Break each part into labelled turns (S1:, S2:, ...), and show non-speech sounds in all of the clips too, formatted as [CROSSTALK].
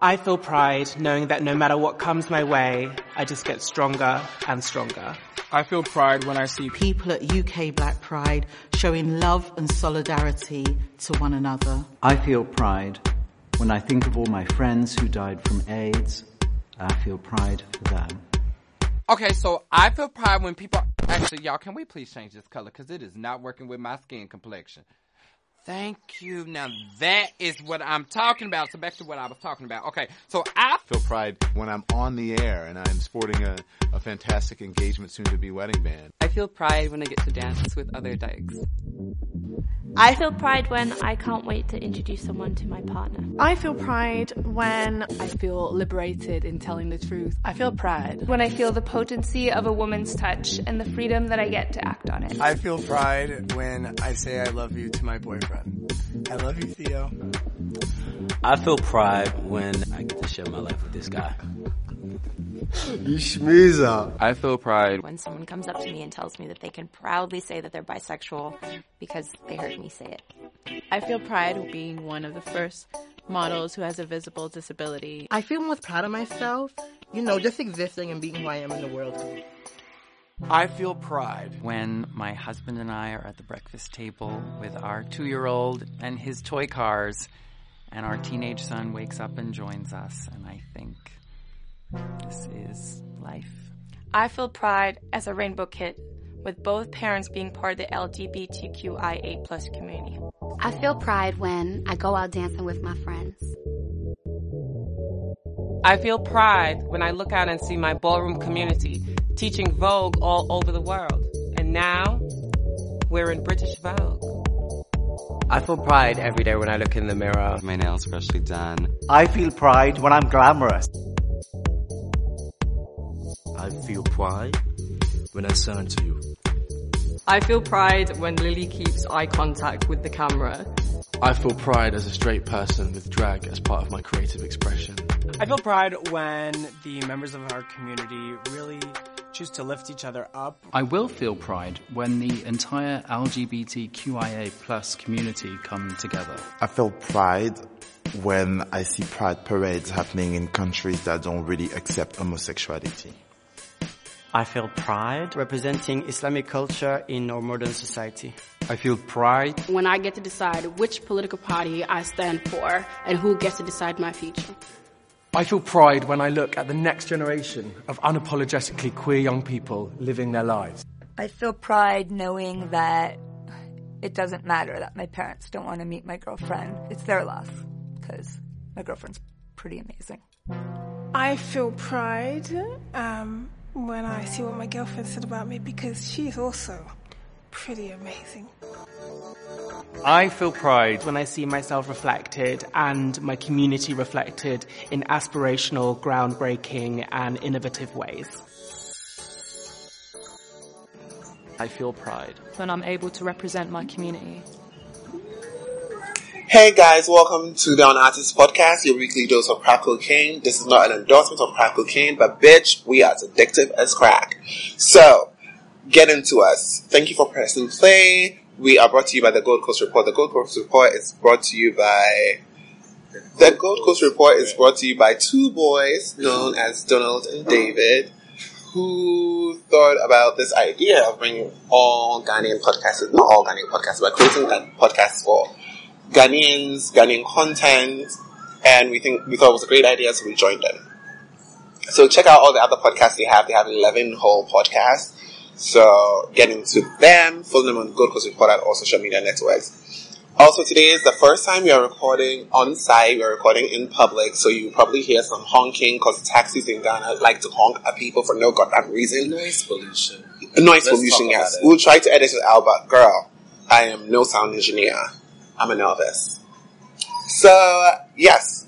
S1: I feel pride knowing that no matter what comes my way, I just get stronger and stronger.
S2: I feel pride when I see
S3: people at UK Black Pride showing love and solidarity to one another.
S4: I feel pride when I think of all my friends who died from AIDS. I feel pride for them.
S2: Okay, so I feel pride when people actually y'all can we please change this color cuz it is not working with my skin complexion. Thank you. Now that is what I'm talking about. So back to what I was talking about. Okay. So I
S5: feel pride when I'm on the air and I'm sporting a, a fantastic engagement soon to be wedding band.
S6: I feel pride when I get to dance with other dykes.
S7: I feel pride when I can't wait to introduce someone to my partner.
S8: I feel pride when
S9: I feel liberated in telling the truth.
S10: I feel pride
S11: when I feel the potency of a woman's touch and the freedom that I get to act on it.
S12: I feel pride when I say I love you to my boyfriend. I love you, Theo.
S13: I feel pride when I get to share my life with this guy.
S14: You schmoozer.
S15: I feel pride
S16: when someone comes up to me and tells me that they can proudly say that they're bisexual because they heard me say it.
S17: I feel pride being one of the first models who has a visible disability.
S18: I feel most proud of myself, you know, just existing and being who I am in the world.
S19: I feel pride
S20: when my husband and I are at the breakfast table with our two year old and his toy cars, and our teenage son wakes up and joins us, and I think. This is life.
S4: I feel pride as a rainbow kid, with both parents being part of the LGBTQIA plus community.
S2: I feel pride when I go out dancing with my friends.
S1: I feel pride when I look out and see my ballroom community teaching Vogue all over the world. And now, we're in British Vogue.
S11: I feel pride every day when I look in the mirror.
S6: My nails freshly done.
S9: I feel pride when I'm glamorous.
S7: I feel pride when I sign to you.
S3: I feel pride when Lily keeps eye contact with the camera.
S12: I feel pride as a straight person with drag as part of my creative expression.
S1: I feel pride when the members of our community really choose to lift each other up.
S5: I will feel pride when the entire LGBTQIA plus community come together.
S18: I feel pride when I see pride parades happening in countries that don't really accept homosexuality.
S17: I feel pride representing Islamic culture in our modern society.
S20: I feel pride
S19: when I get to decide which political party I stand for and who gets to decide my future.
S21: I feel pride when I look at the next generation of unapologetically queer young people living their lives.
S22: I feel pride knowing that it doesn't matter that my parents don't want to meet my girlfriend. It's their loss because my girlfriend's pretty amazing. I feel pride. Um when I see what my girlfriend said about me because she's also pretty amazing.
S2: I feel pride
S1: when I see myself reflected and my community reflected in aspirational, groundbreaking, and innovative ways.
S20: I feel pride
S23: when I'm able to represent my community.
S24: Hey guys, welcome to the On Artists Podcast, your weekly dose of crack cocaine. This is not an endorsement of crack cocaine, but bitch, we are as addictive as crack. So, get into us. Thank you for pressing play. We are brought to you by the Gold Coast Report. The Gold Coast Report is brought to you by. The Gold Coast Report is brought to you by two boys known as Donald and David who thought about this idea of bringing all Ghanaian podcasters, not all Ghanaian podcasters, but creating podcasts for Ghanaians, Ghanaian content, and we think we thought it was a great idea, so we joined them. So check out all the other podcasts they have. They have eleven whole podcasts. So get into them. Follow them on Gold Coast Report and all social media networks. Also, today is the first time we are recording on site. We are recording in public, so you probably hear some honking because taxis in Ghana like to honk at people for no goddamn reason.
S6: Noise pollution.
S24: Noise Let's pollution. Yes, we'll try to edit it out, but girl, I am no sound engineer. I'm a novice. So, uh, yes,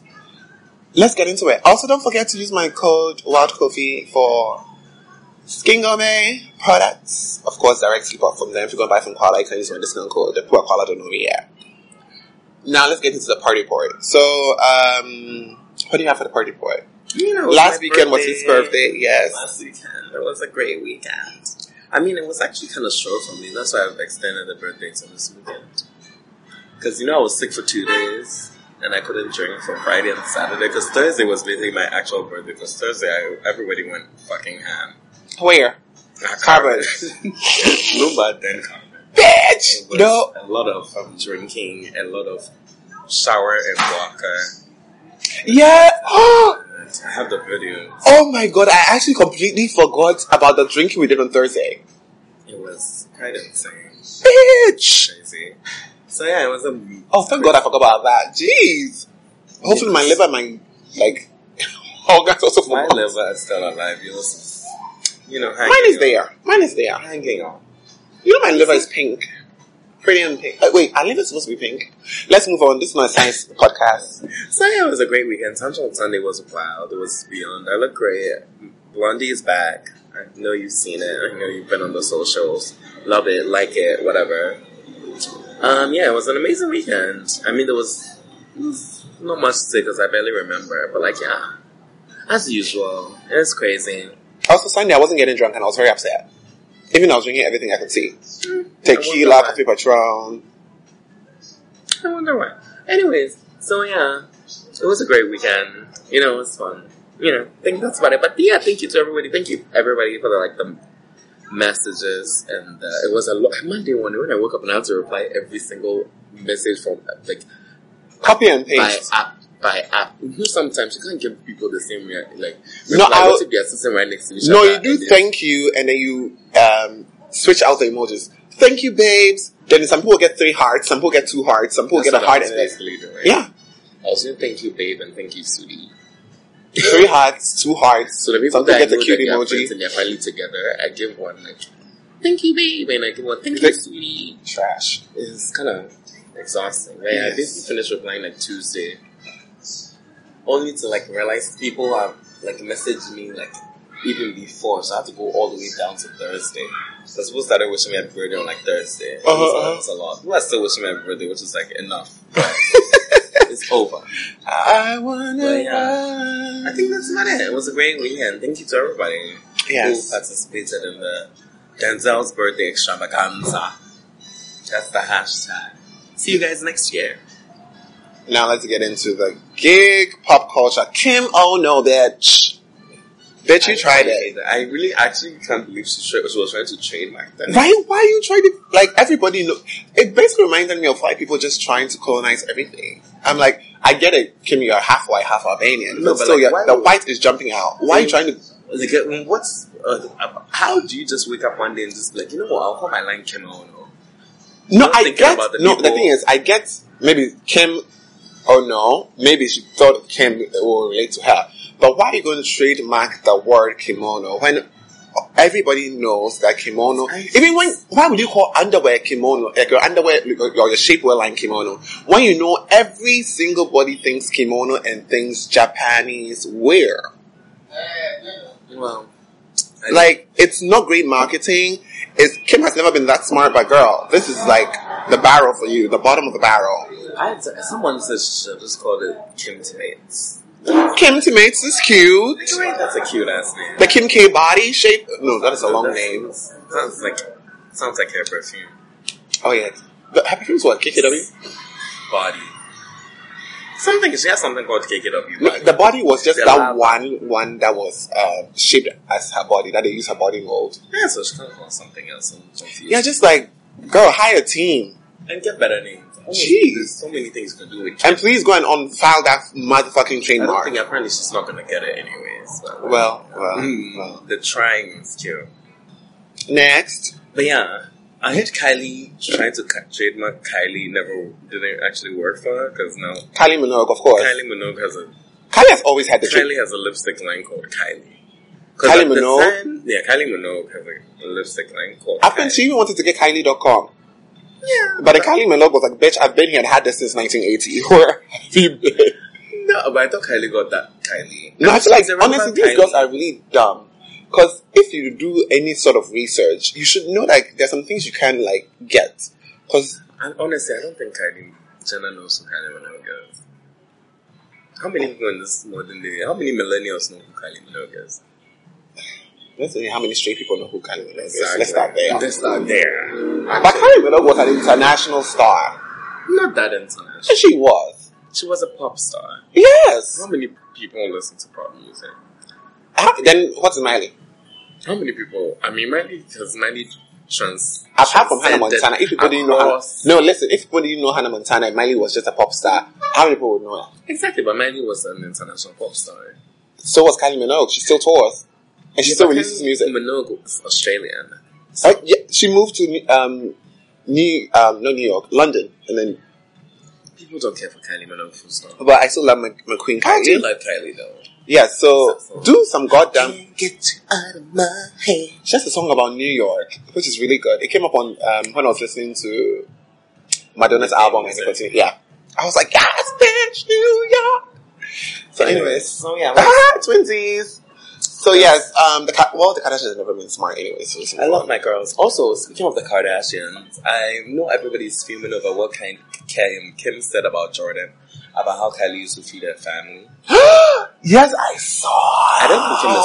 S24: let's get into it. Also, don't forget to use my code Wild Coffee for Skingome products. Of course, directly bought from them. If you're going to buy from Koala, you can use my discount code. The poor Koala don't know me yet. Now, let's get into the party port. So, um, what do you have for the party port?
S25: You know,
S24: last weekend birthday. was his birthday, yes.
S25: Last weekend. It was a great weekend. I mean, it was actually kind of short for me. That's why I've extended the birthday to this weekend because you know I was sick for two days, and I couldn't drink for Friday and Saturday because Thursday was basically my actual birthday because Thursday I, everybody went fucking ham.
S24: Where? [LAUGHS]
S25: Carbon. Lumba then Carbon.
S24: Bitch!
S25: No. A lot of um, drinking, a lot of sour and vodka.
S24: Yeah. [GASPS]
S25: I have the video.
S24: Oh my god, I actually completely forgot about the drinking we did on Thursday.
S25: It was kind of insane.
S24: Bitch!
S25: Crazy. So yeah, it was a
S24: Oh, thank god I forgot about that. Jeez. Hopefully my liver, my, like, [LAUGHS] organs also
S25: my
S24: forgot.
S25: liver is still alive. It was, you know, hanging
S24: Mine is
S25: on.
S24: there. Mine is there.
S25: Hanging on.
S24: You know my liver is pink. Pretty and pink. Uh, wait, our liver's supposed to be pink. Let's move on. This is not a science podcast.
S25: So yeah, it was a great weekend. Sunshine Sunday was wild. It was beyond. I look great. Blondie is back. I know you've seen it. I know you've been on the socials. Love it, like it, whatever. Um, yeah, it was an amazing weekend. I mean, there was, there was not much to say because I barely remember. But like, yeah, as usual, it's crazy.
S24: Also, Sunday I wasn't getting drunk and I was very upset. Even though I was drinking everything I could see. Tequila, Coffee Patron.
S25: I wonder why. Anyways, so yeah, it was a great weekend. You know, it was fun. You know, I think that's about it. But yeah, thank you to everybody. Thank you everybody for the, like the messages and uh, it was a lot. I might be wondering when I woke up and I had to reply every single message from like
S24: copy and
S25: paste by app by app. You know, sometimes you can't give people the same rea- like
S24: No,
S25: reply.
S24: I-
S25: what if they are sitting right next to each
S24: No,
S25: other?
S24: you do thank you and then you um, switch out the emojis. Thank you, babes. Then some people get three hearts, some people get two hearts, some people
S25: That's
S24: get
S25: what
S24: a
S25: I
S24: heart
S25: was
S24: and then
S25: basically doing.
S24: Yeah.
S25: Also, thank you, babe, and thank you, Sudie.
S24: three hearts, two hearts.
S25: So the people
S24: some
S25: that
S24: people
S25: I know
S24: get the
S25: that
S24: cute
S25: they are
S24: emoji.
S25: friends and they're finally together, I give one like, thank you, babe, and I give one, thank you,
S24: Like-
S25: sweetie.
S24: Trash.
S25: It's kind of exhausting, right? I
S24: Yes.
S25: basically finished replying like Tuesday, only to like realize people have like messaged me like even before, so I have to go all the way down to Thursday. So people started wishing me happy birthday on like Thursday. It was,
S24: Uh-huh,
S25: it was a lot. People are still wishing me happy birthday, which is like
S24: [LAUGHS]
S25: enough. it's over.
S24: I wanna
S25: But yeah, I think that's about it. It was a great weekend. Thank you to everybody
S24: Yes.
S25: who participated in the Denzel's birthday extravaganza. That's the hashtag. See you guys next year.
S24: Now let's get into the gig pop culture. Kim, oh no, bitch. Bitch, you tried it.
S25: I really actually can't believe she, tra- she was trying to trademark that.
S24: Right? Why you trying to, like, everybody know, it basically reminded me of white people just trying to colonize everything. I'm like, I get it, Kim, you're half white, half Albanian,
S25: No,
S24: but,
S25: but
S24: still,
S25: like,
S24: yeah,
S25: why
S24: the
S25: would- Mm-hmm.
S24: white is jumping out. Why are you trying to,
S25: Like, uh, when what's uh, uh, how do you just wake up one day and just be like, you know what? I'll call my line kimono.
S24: no,
S25: Not
S24: I
S25: thinking
S24: get,
S25: about the
S24: no, the
S25: people.
S24: thing is, I get, maybe Kim, oh no, maybe she thought Kim will relate to her. But why are you going to trademark the word kimono when everybody knows that kimono. Even when why would you call underwear kimono? Like your underwear or your shapewear line kimono, when you know every single body thinks kimono and thinks Japanese wear.
S25: Well,
S24: Like it's not great marketing. It's Kim has never been that smart, but girl, this is like the barrel for you, the bottom of the barrel.
S25: I had to- someone said she should just called it Kim Timates.
S24: Kim Timates is cute.
S25: That's a cute ass name.
S24: The Kim K body shape. No, that is a long name.
S25: Sounds like sounds like hair perfume.
S24: Oh yeah, but her perfume's what KKW.
S25: Body. Something she has something called KKW
S24: No,
S25: body.
S24: the body was just
S25: The
S24: that
S25: lava.
S24: one one that was uh, shaped as her body that they use her body mold.
S25: Yeah, so she can call something else. I'm confused.
S24: Yeah, just like girl, hire a team
S25: and get better names. Oh,
S24: Jeez.
S25: there's so many things you can do with.
S24: and please go and unfile that motherfucking
S25: I don't
S24: trademark.
S25: think apparently she's not gonna get it anyways. But
S24: Well, well,
S25: Hmm, the trying is cute.
S24: Next,
S25: But yeah, I heard Kylie trying to ca- trademark Kylie never didn't actually work for her because now
S24: Kylie Minogue, of course.
S25: Kylie Minogue has a
S24: Kylie has always had the
S25: Kylie
S24: trade.
S25: has a lipstick line called Kylie. 'Cause
S24: Kylie
S25: at the
S24: Minogue.
S25: time- yeah, Kylie Minogue has a lipstick line called.
S24: I think she even wanted to get Kylie.com. Yeah. But then Kylie Minogue was like, bitch, I've been here and had this since 1980. [LAUGHS] Where have you been?
S25: No, but I thought Kylie got that Kylie.
S24: No, it's like
S25: She's a regular
S24: honestly, these
S25: Kylie.
S24: girls are really dumb. Because if you do any sort of research, you should know like there's some things you can like get. Because
S25: And honestly, I don't think Kylie Jenner knows who Kylie Minogue is. How many people in this modern day? How many millennials know who Kylie Minogue is?
S24: let's see how many straight people know who Kylie Minogue is.
S25: Exactly.
S24: Let's start there.
S25: Let's start there.
S24: But Kylie Minogue was an international star,
S25: Not that international.
S24: and she was.
S25: She was a pop star.
S24: Yes.
S25: How many people listen to pop music?
S24: How, then what's Miley?
S25: How many people? I mean, Miley because Miley trans.
S24: Apart from Hannah
S25: transcended
S24: Montana, if people didn't know, Hannah,
S25: across-
S24: no, listen, if people didn't know Hannah Montana, Miley was just a pop star. How many people would know that?
S25: exactly, but Miley was an international pop star.
S24: So was Kylie Minogue. She still tours, and she
S25: Yeah,
S24: still
S25: but
S24: releases
S25: Kylie
S24: music.
S25: Minogue is Australian.
S24: Uh, yeah, she moved to um, New, um, not New York, London, and then.
S25: People don't care for Kylie Minogue full stop.
S24: But I still love my, my Queen Kylie.
S25: I do like Kylie though.
S24: Yeah, so do some goddamn. Get you out of my head. She has a song about New York, which is really good. It came up on um, when I was listening to Madonna's album, and it continued. Yeah, I was like, yes, bitch, New York. So, anyways, so [LAUGHS] yeah, twinsies. So yes, um, the Ka- well, the Kardashians have never been smart anyway. So it's-
S25: I love my girls. Also, speaking of the Kardashians, I know everybody's fuming over what kind Kim, Kim said about Jordan, about how Kylie used to feed her family.
S24: [GASPS] yes, I saw.
S25: I don't think Kim is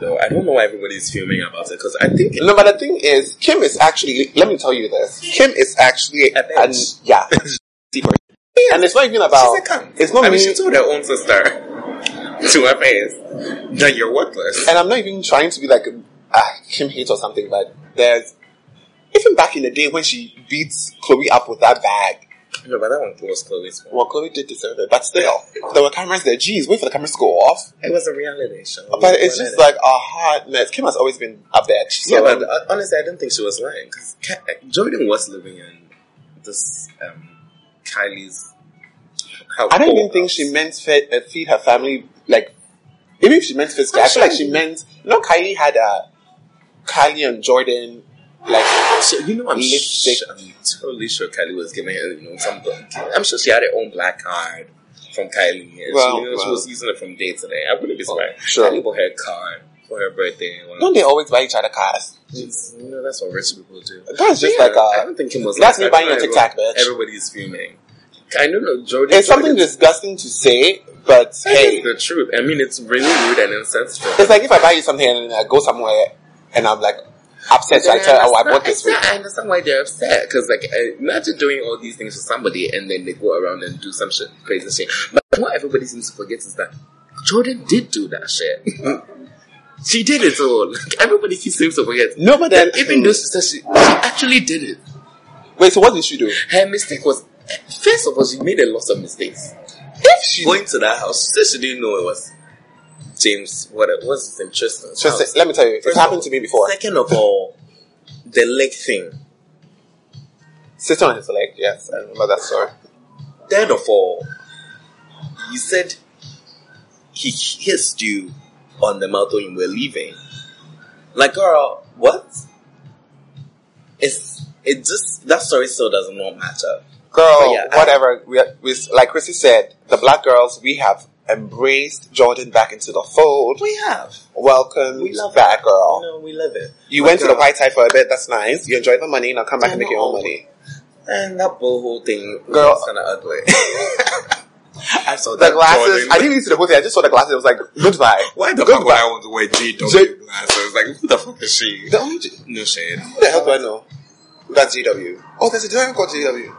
S25: lying though. I don't know why everybody's fuming about it because I think
S24: No, but the thing is, Kim is actually. Let me tell you this. Kim is actually a
S25: bitch. [LAUGHS]
S24: yeah, deeper. And it's not even about. It's not
S25: I mean,
S24: me-
S25: she told her own sister to her face that you're worthless.
S24: and I'm not even trying to be like a ah, Kim hate or something, but there's even back in the day when she beats Chloe up with that bag.
S25: No, but that one was Chloe's fault.
S24: Well, Chloe did deserve it, but still, there were cameras there. Geez, wait for the cameras to go off.
S25: It was a reality show.
S24: But it's just like a hard mess. Kim has always been a bitch. So,
S25: yeah, but uh, honestly, I didn't think she was lying because Jordan was living in this um, Kylie's. How
S24: I don't
S25: poor
S24: even think she meant fed, uh, feed her family. Like, even if she meant physically, I feel like she meant. You know, Kylie had a Kylie and Jordan. Like,
S25: you know, I'm,
S24: lipstick.
S25: sh- I'm totally sure Kylie was giving her, you know, some. black- I'm sure she had her own black card from Kylie. And
S24: Well,
S25: she, you know, she
S24: well. Oh,
S25: was using it from day to day. I wouldn't be surprised.
S24: sure.
S25: Kylie bought her a card for her birthday. and one
S24: Don't they always buy each other cars?
S25: It's- you know, that's what rich people do.
S24: That's just
S25: But
S24: like a-
S25: I don't think it was.
S24: that's me
S25: like
S24: buying
S25: that.
S24: your TikTok, bitch.
S25: Everybody's fuming. I don't know, Jordan.
S24: It's something disgusting to say, but hey,
S25: the truth. I mean, it's really rude and insensitive.
S24: It's like if I buy you something and I go somewhere and I'm like upset, so I tell her, oh, I bought this for you.
S25: I understand why they're upset because, like, uh, imagine doing all these things for somebody and then they go around and do some shit, crazy shit. But what everybody seems to forget is that Jordan did do that
S24: [LAUGHS]
S25: shit. she did it all. Like, everybody seems to forget.
S24: No, but then-
S25: That even though she said she, she actually did it,
S24: Wait, so what did she do?
S25: her mistake was first of all she made a lot of mistakes.
S24: If she
S25: Going to that house, she said she didn't know it was James. What what's his name? Tristan's
S24: Tristan,
S25: house.
S24: let me tell you, it's
S25: First of
S24: happened
S25: all.
S24: to me before.
S25: Second of all, the leg thing.
S24: Sitting on his leg, yes, I remember that story.
S25: Third of all, you said he kissed you on the mouth when you were leaving. Like, girl, what? It's it just that story still doesn't not match up.
S24: Girl,
S25: But yeah, I-
S24: whatever. We, are- we, like Chrissy said, the black girls, we have embraced Jordan back into the fold.
S25: We have.
S24: Welcome
S25: We love
S24: back, girl.
S25: No, we love it.
S24: You
S25: But
S24: went to the
S25: girl,
S24: white tie for a bit, that's nice. You enjoyed the money, now come back and make your own money.
S25: And that boho thing,
S24: Girl.
S25: girl, kind of
S24: [LAUGHS]
S25: ugly. I saw
S24: The
S25: that
S24: glasses,
S25: Jordan.
S24: I didn't even see the whole thing, I just saw the glasses, I was like, goodbye.
S25: Why the fuck would I want to wear GW [LAUGHS] glasses? Like, who the fuck is she?
S24: The only, who
S25: No shade.
S24: the hell do I know? That's GW. Oh, there's a designer called GW.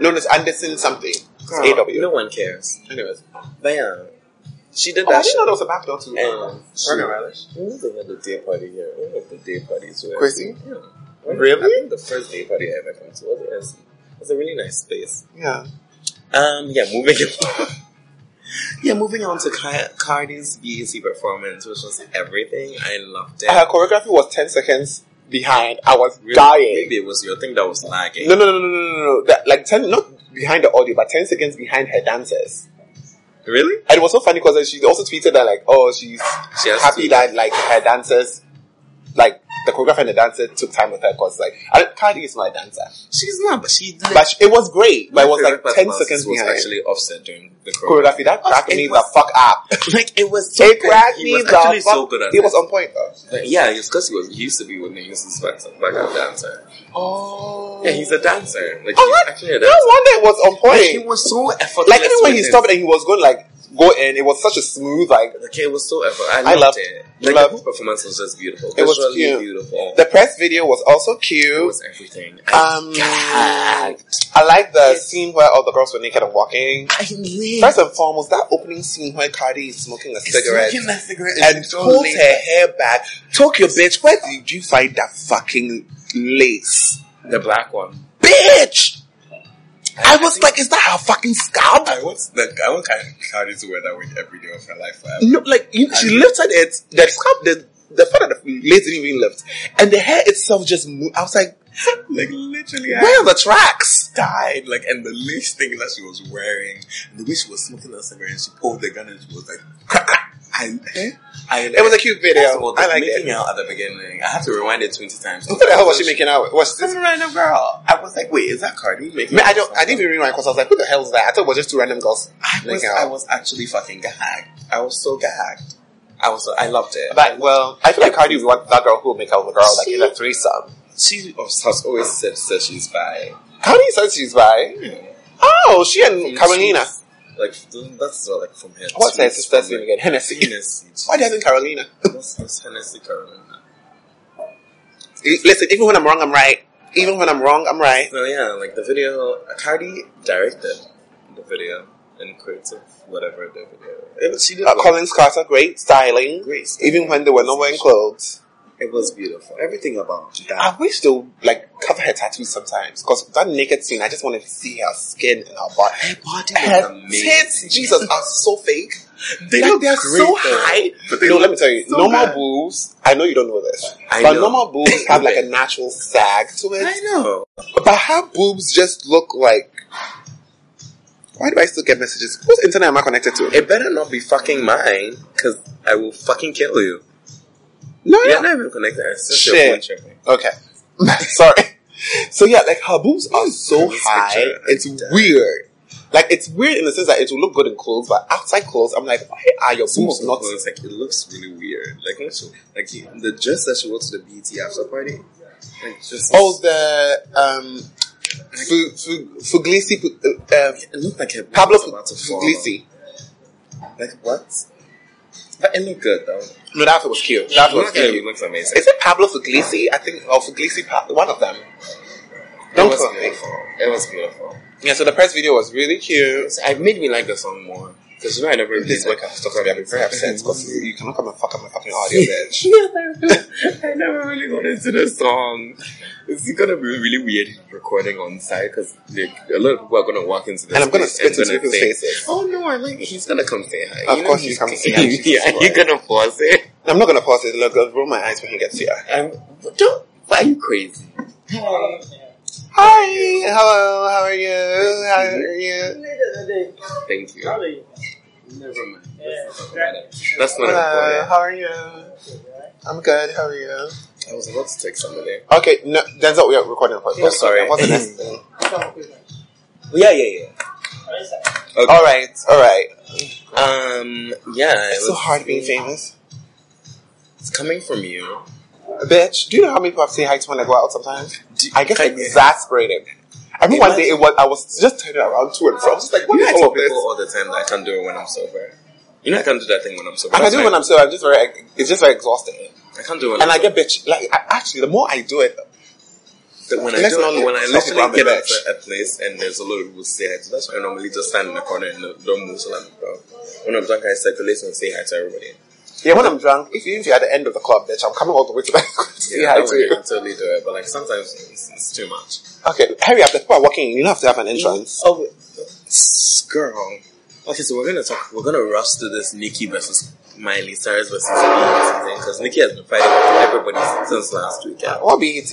S24: Known as Anderson something.
S25: Girl,
S24: It's AW.
S25: No one cares.
S24: Anyways.
S25: But yeah, she did
S24: Oh,
S25: that
S24: I didn't
S25: shit.
S24: know there was a backdoor to
S25: and she,
S24: Burger Relish.
S25: We wasn't at the day party here. We were at the day parties here.
S24: Chrissy?
S25: Yeah.
S24: Really?
S25: I think the first day party I ever came to was at SC. It was a really nice space.
S24: Yeah.
S25: Um, yeah, moving on. [LAUGHS] yeah, moving on to Ki- Cardi's BET performance, which was everything. I loved it.
S24: Her choreography was 10 seconds behind. I was
S25: Really,
S24: dying.
S25: Maybe it was your thing that was lagging.
S24: No, no, no, no, no, no, no. That, like 10, not behind the audio, but 10 seconds behind her dancers.
S25: Really?
S24: And it was so funny because she also tweeted that like, oh, she's
S25: She has
S24: happy
S25: to-
S24: that like her dancers, like the choreographer and the dancer took time with her because like, I, Cardi is not a dancer.
S25: She's not, but she did.
S24: But it was great, but it was
S25: My favorite
S24: like 10
S25: performance
S24: seconds
S25: was
S24: behind.
S25: actually offset during the choreography.
S24: choreography. That cracked
S25: It
S24: me the
S25: was-
S24: fuck up.
S25: [LAUGHS] Like it was so
S24: It
S25: good.
S24: cracked
S25: He
S24: me
S25: was
S24: the
S25: actually
S24: fuck.
S25: so good at
S24: it was
S25: this.
S24: on point.
S25: But yeah, it's because he was he used to be with the Houston's back back up dancer.
S24: Oh.
S25: Yeah, he's a dancer. Like
S24: Oh,
S25: he's
S24: what?
S25: actually a
S24: No
S25: dancer.
S24: wonder it was on
S25: Like, he
S24: point.
S25: was so effortless.
S24: Like even when
S25: with
S24: he
S25: his-
S24: stopped and he was going like go in. It was such a smooth like.
S25: Okay, it was so effort. I
S24: I
S25: loved,
S24: loved-
S25: it. Like
S24: loved-
S25: the whole performance was just beautiful.
S24: It was
S25: Visually
S24: cute.
S25: beautiful.
S24: The press video was also cute. It was
S25: everything.
S24: Um, I like the scene where all the girls were naked and walking. First and foremost, that opening scene where Cardi is smoking a cigarette
S25: smoking that cigarette is
S24: and
S25: so
S24: pulls
S25: laid
S24: her
S25: back.
S24: hair back. Talk your bitch. Where did you find that fucking lace?
S25: The black one.
S24: Bitch. I was like, is that her fucking scalp?
S25: I want like, I want Cardi to wear that wig every day of her life forever.
S24: No, like you, she lifted it. The scalp, the the part of the lace didn't even lift, and the hair itself just moved. I was like,
S25: [GASPS] like literally,
S24: where are the tracks?
S25: died. Like, and the least thing that she was wearing, and the way she was smoking that cigarette, and she pulled the gun and she was like, [LAUGHS] crack, crack. I,
S24: Eh?
S25: I,
S24: It was a cute video.
S25: First of all, the
S24: I liked
S25: making
S24: it.
S25: out at the beginning. I had to rewind it twenty times.
S24: Who the hell was she making out with? What's this?
S25: Some random girl. I was like, wait, is that Cardi making?
S24: Man, I
S25: out with
S24: don't. I didn't even rewind because I was like, "Who the hell is that?" I thought it was just two random girls.
S25: I was, I was actually fucking gagged. I was so gagged. I was. I loved it.
S24: But well, I feel like Cardi would want that girl who would make out with a girl like in a threesome.
S25: She has always said said she's bi.
S24: Cardi says she's bi.
S25: Hmm.
S24: Oh, she and Carolina.
S25: Like that's uh, like from her.
S24: What's her
S25: tweets
S24: sister's
S25: from,
S24: name again? Hennessy.
S25: [LAUGHS] Hennessy.
S24: Why doesn't Carolina? [LAUGHS]
S25: That's, that's Hennessy Carolina.
S24: Listen, even when I'm wrong, I'm right. Even when I'm wrong, I'm right.
S25: So yeah, like the video, Cardi directed the video and created whatever the video. It, was- she did.
S24: Uh,
S25: like-
S24: Collins Carter, great styling.
S25: Great styling.
S24: Even when they were not wearing clothes.
S25: It was beautiful. Everything about that.
S24: I wish they would like cover her tattoos sometimes because that naked scene, I just wanted to see her skin and her body. Her body
S25: was amazing.
S24: tits, Jesus, are so fake.
S25: They
S24: Like,
S25: look
S24: they're
S25: great,
S24: so
S25: though.
S24: high.
S25: But they
S24: no, let
S25: look
S24: me tell you,
S25: so
S24: normal
S25: bad.
S24: boobs. I know you don't know this,
S25: I
S24: but
S25: know.
S24: normal boobs have like a natural sag to it. I
S25: know,
S24: but her boobs just look like. Why do I still get messages? Whose internet am I connected to?
S25: It better not be fucking mine, because I will fucking kill you.
S24: No,
S25: You're not even connected. It's just your phone
S24: Shit.
S25: tripping.
S24: Okay. [LAUGHS] Sorry. So yeah, like her boobs are so high. It's weird. Like it's weird in the sense that it will look good in clothes, but outside clothes, I'm like, why are your
S25: Some of
S24: boobs
S25: the
S24: not?
S25: clothes, like, it looks really weird. Like, when she, like you- the dress that she wore to the BT after party, like just
S24: Oh, the um, Fu- Fu- Fuglisi, uh, uh,
S25: it looked like her
S24: Pablo
S25: was about to fall.
S24: Fuglisi.
S25: Like what? But it looked good though.
S24: No, that was cute. That was
S25: Look at it,
S24: cute.
S25: it looks amazing.
S24: Is it Pablo Fuglisi? I think or Fuglisi, Pa- one of them.
S25: It
S24: Don't
S25: was
S24: quote me.
S25: beautiful. It was beautiful.
S24: Yeah, so the press video was really cute.
S25: It made me like the song more. Because you know I never really
S24: This
S25: like
S24: work stuff I'll be
S25: [LAUGHS]
S24: very upset because you, you cannot come and fuck up my fucking audio, bitch.
S25: I never really got into the song. It's gonna be really weird recording on site because like, a lot of people are gonna walk into this
S24: And I'm gonna
S25: place
S24: spit
S25: and
S24: into people's
S25: think,
S24: faces.
S25: Oh no, I like he's gonna come say hi. [LAUGHS]
S24: Of
S25: You know
S24: course
S25: he's
S24: he's coming to see us.
S25: yeah, you're gonna pause [LAUGHS] it.
S24: I'm not gonna pause it. Look, I'll roll my eyes when he gets here.
S25: I'm, Um, don't. Why are you crazy?
S24: Hi, hello, how are you? How are you?
S25: Thank you. Never mind. That's
S24: That's
S25: not
S24: not hello,
S25: important.
S24: how are you? I'm good. How are you?
S25: I was about to take somebody.
S24: Okay, no, that's what we are recording for.
S25: Oh, sorry.
S24: What's the next thing?
S25: [LAUGHS] Yeah, yeah, yeah. Okay.
S24: All right, all right.
S25: Um, yeah. it
S24: It's so
S25: was-
S24: hard being famous,
S25: It's coming from you.
S24: bitch. Do you know how many people I've seen high when I go out sometimes? I get
S25: I-
S24: exasperated. I remember one day it was I was just turning around to and from, just like what
S25: You know,
S24: is
S25: I tell
S24: all of this?
S25: people all the time that I can't do it when I'm sober. You know, I can't do that thing when I'm sober.
S24: I can do it when I'm so I'm just very it's just very exhausting,
S25: I can't do it when
S24: and
S25: I'm
S24: I get bitch. Like I, actually, the more I do it,
S25: sober. When I,
S24: let's
S25: do,
S24: not-
S25: it when I
S24: let's
S25: literally
S24: not be
S25: get
S24: bitch.
S25: into a place and there's a lot of people say hi to, that's why I normally just stand in the corner and don't- don't move till I'm drunk. When I'm drunk, I circulate and say hi to everybody.
S24: Yeah, when I'm drunk, if you if you're at the end of the club, bitch, I'm coming all the way to the to say
S25: Yeah,
S24: hi
S25: that
S24: to
S25: way I
S24: you.
S25: can totally do it, but like sometimes it's, it's too much.
S24: Okay, hurry up. The people are walking. in. You don't have to have an entrance.
S25: Oh, wait. girl. Okay, so we're gonna talk. We're gonna rush to this Nikki versus Miley Cyrus versus Beyonce thing because Nikki has been fighting with everybody since last weekend.
S24: What BET?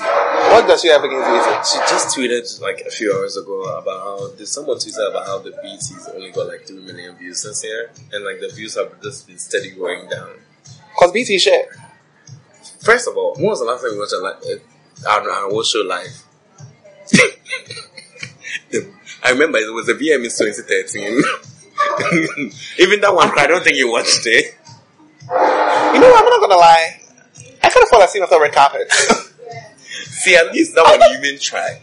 S24: What does she have against BET?
S25: She just tweeted like a few hours ago about how did someone tweeted about how the BT's only got like three million views this year, and like the views have just been steady going down.
S24: Cause BET shit.
S25: First of all, when was the last time you watched a live? Our, our whole show live. [LAUGHS] The- I remember it was the VMAs 2013. [LAUGHS] Even that one, I don't think you watched it.
S24: You know, what? I'm not gonna lie. I kind of fall asleep after red
S25: [LAUGHS]
S24: carpet.
S25: See, at least that one you even try.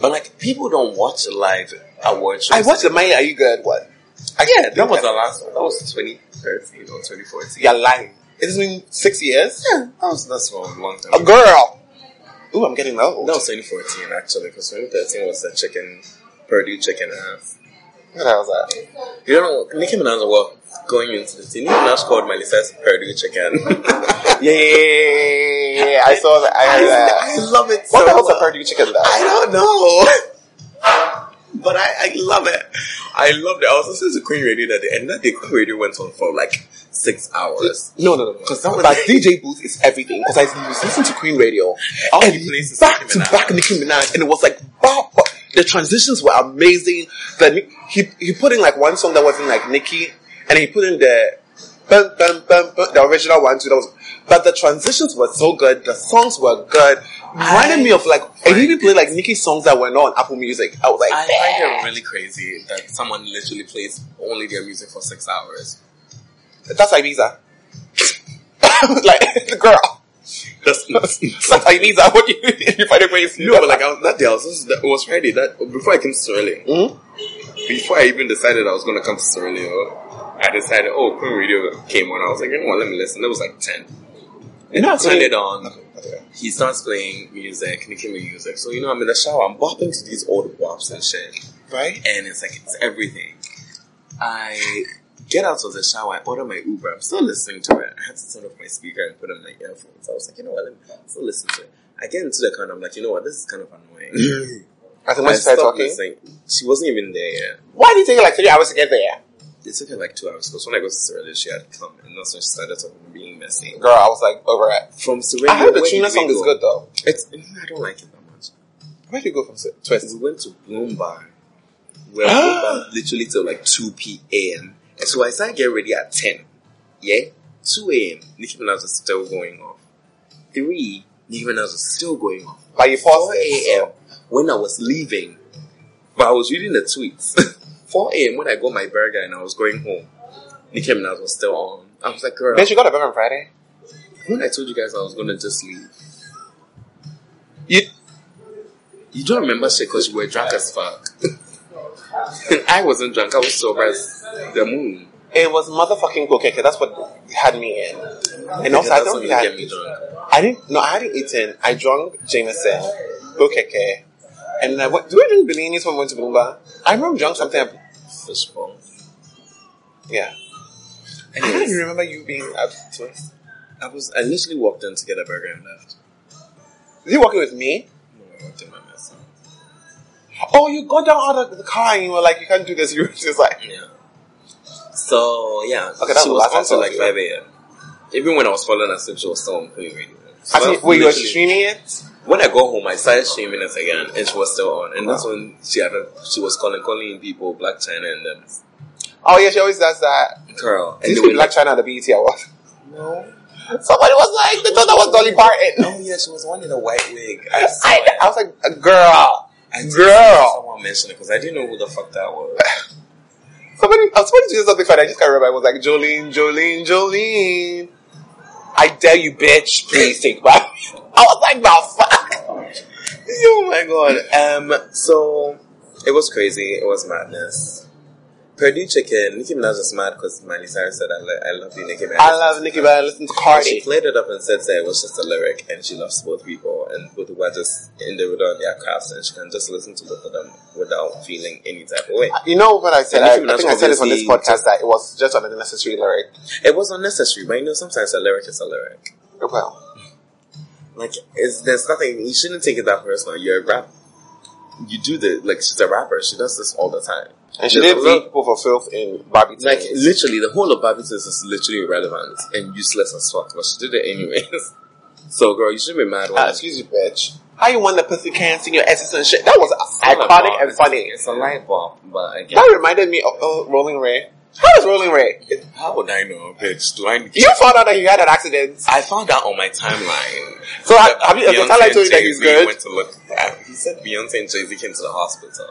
S25: But like, people don't watch live award shows.
S24: I watched the Miley Are You Good one.
S25: I can't.
S24: That was
S25: the
S24: last one. That was 2013 or 2014.
S25: You're lying. It's been six years.
S24: Yeah, that was that's for a long time.
S25: A girl. Ooh, I'm getting old.
S24: That was 2014 actually, because 2013 was the chicken Purdue chicken half.
S25: What the hell was that?
S24: You know, Nicki Minaj was going into the team. Nicki Minaj called Miley Cyrus Purdue chicken.
S25: [LAUGHS] Yeah, yeah, yeah, yeah, yeah. I saw that. I heard that.
S24: I love it.
S25: What
S24: so
S25: the hell's a
S24: much.
S25: Purdue chicken though?
S24: I don't know. [LAUGHS] but I, I love it. I loved it. I was listening to Queen Radio that day, and that day Queen Radio went on for like six hours.
S25: No, no, no, because that was like DJ booth is everything. Because I was listening to Queen Radio,
S24: All
S25: and
S24: he plays is
S25: back
S24: Nicki
S25: to
S24: Minaj.
S25: back Nicki Minaj, and it was like, bah, bah. the transitions were amazing. Then he he put in like one song that wasn't like Nicki, and he put in the bum, bum, bum, bum, the original one too. That was, but the transitions were so good. The songs were good. Reminded me of like, and he even played like Nicki songs that were not on Apple Music. I was like,
S24: I
S25: "Bah."
S24: find it really crazy that someone literally plays only their music for six hours.
S25: That's Ibiza. [LAUGHS] like, [LAUGHS] girl.
S24: That's
S25: that's Ibiza. What do you, [LAUGHS] you find it crazy?
S24: No, but like I was, that day, I was, that was Friday. That before I came to Sierra Leone,
S25: Mm-hmm.
S24: before I even decided I was going to come to Sierra Leone, I decided, oh, Queen Radio came on. I was like, you know what? Let me listen. It was like ten. And I turned it on. He starts playing music, Nicki Minaj music. So you know, I'm in the shower. I'm bopping to these old bops and shit.
S25: Right?
S24: And it's like it's everything. I get out of the shower, I order my Uber, I'm still listening to it. I had to turn off my speaker and put on my earphones. I was like, you know what, let me still listen to it. I get into the car and I'm like, you know what, this is kind of annoying.
S25: I think when she started
S24: stopped
S25: talking,
S24: listening. she wasn't even there yet.
S25: why did it take you like three hours to get there?
S24: It took her like two hours because when I got to Sierra Leone, she had come and that's when she started talking about being messy.
S25: Girl, I was like over it.
S24: From Sierra
S25: I heard the
S24: where
S25: Trina
S24: did we
S25: song is
S24: go?
S25: good though.
S24: It's, I don't like it that much.
S25: Where did you go from Sir- Twist?
S24: We went to Bloom Bar. We were at Bloom
S25: Ah!
S24: Bar literally till like 2 p.m. And so I started getting ready at 10. Yeah? 2 a.m. Nicki Minaj was still going off. 3, Nicki Minaj was still going off.
S25: But you paused
S24: 4
S25: it,
S24: a.m. when I was leaving, but I was reading the tweets. [LAUGHS] 4 a.m. when I got my burger and I was going home, Nicki Minaj was still on. I was like, girl.
S25: Bitch, you got a burger on Friday?
S24: When I told you guys I was going to just leave.
S25: You,
S24: you don't remember shit because you were drunk as fuck. [LAUGHS] And I wasn't drunk. I was sober as the moon.
S25: It was motherfucking cookie. That's what had me in. And also, I
S24: That's
S25: don't
S24: what
S25: think I
S24: get me drunk.
S25: I didn't. No, I hadn't eaten. I drank Jameson, Bokeke, and then I went. Do we drink Bellinis when we went to Bloomba? I remember we drank something. at-
S24: Fish ball.
S25: Yeah. I don't
S24: Anyways.
S25: even remember you being at Twist.
S24: I was. I literally walked in to get a burger and left.
S25: Is he walking with me?
S24: No, I walked in by myself.
S25: Oh, you got down out of the car and you were like, you can't do this. [LAUGHS] You were just like,
S24: Yeah. So yeah.
S25: Okay, that was
S24: she
S25: the
S24: was
S25: last I
S24: on
S25: saw
S24: till like
S25: you.
S24: five a.m. Even when I was falling asleep, she was still on Queen Radio.
S25: I think, wait, you were
S24: Literally,
S25: streaming it?
S24: When I go home, I started streaming it again, and she was still on. And that's when she had a, she was calling calling people Black China and them
S25: Oh, yeah, she always does that.
S24: girl.
S25: Did
S24: And
S25: you
S24: they
S25: see
S24: were
S25: Black
S24: like,
S25: China at the E BET Awards?
S24: no.
S25: Somebody was like, they thought that was Dolly Parton.
S24: Oh yeah, she was one in a white wig. I saw
S25: I,
S24: it.
S25: I was like, girl,
S24: I just
S25: girl.
S24: Someone mentioned it because I didn't know who the fuck that was.
S25: [SIGHS] Somebody, uh, somebody tweeted something funny. I just can't remember. It was like Jolene, Jolene, Jolene. I dare you, bitch. Please take my. [LAUGHS] I was like, nah, fuck.
S24: [LAUGHS] oh my god. Um, so it was crazy. It was madness. Purdue Chicken. Nicki Minaj was mad because Miley Cyrus said, "I, lo- I love you, Nicki Minaj."
S25: I love Nicki, but I listen to
S24: And She
S25: Cardi.
S24: played it up and said that it was just a lyric, and she loves both people, and both people are just in the middle of their crafts, and she can just listen to both of them without feeling any type of way.
S25: You know what I said? I,
S24: And Nicki
S25: I think
S24: Minaj
S25: I said this on this
S24: obviously
S25: podcast that it was just an unnecessary lyric.
S24: It was unnecessary, but you know, sometimes a lyric is a lyric.
S25: Well,
S24: Like, it's, there's nothing, you shouldn't take it that personal. You're a rap. You do the, like, she's a rapper. She does this all the time.
S25: and she
S24: There's
S25: did
S24: a lot-
S25: beat people for filth in Barbie.
S24: Like,
S25: Teens.
S24: literally, the whole of Babbitt's is literally irrelevant and useless as fuck, but she did it
S25: [LAUGHS]
S24: anyways. so, girl, you shouldn't be mad when
S25: Ah, excuse you, bitch. How you want the pussy can't in your asses and shit? That was iconic and funny.
S24: It's a light bulb, but again.
S25: That reminded me of oh, Rolling Ray. How is Rolling Ray?
S24: How would I know, bitch? Do I
S25: You found out that he had an accident.
S24: I found out on my timeline.
S25: So have,
S24: that
S25: have you, has your
S24: Beyonce
S25: timeline
S24: and
S25: told you that he's
S24: Jay-Z
S25: good?
S24: Went to look, he said Beyonce and Jay Z came to the hospital.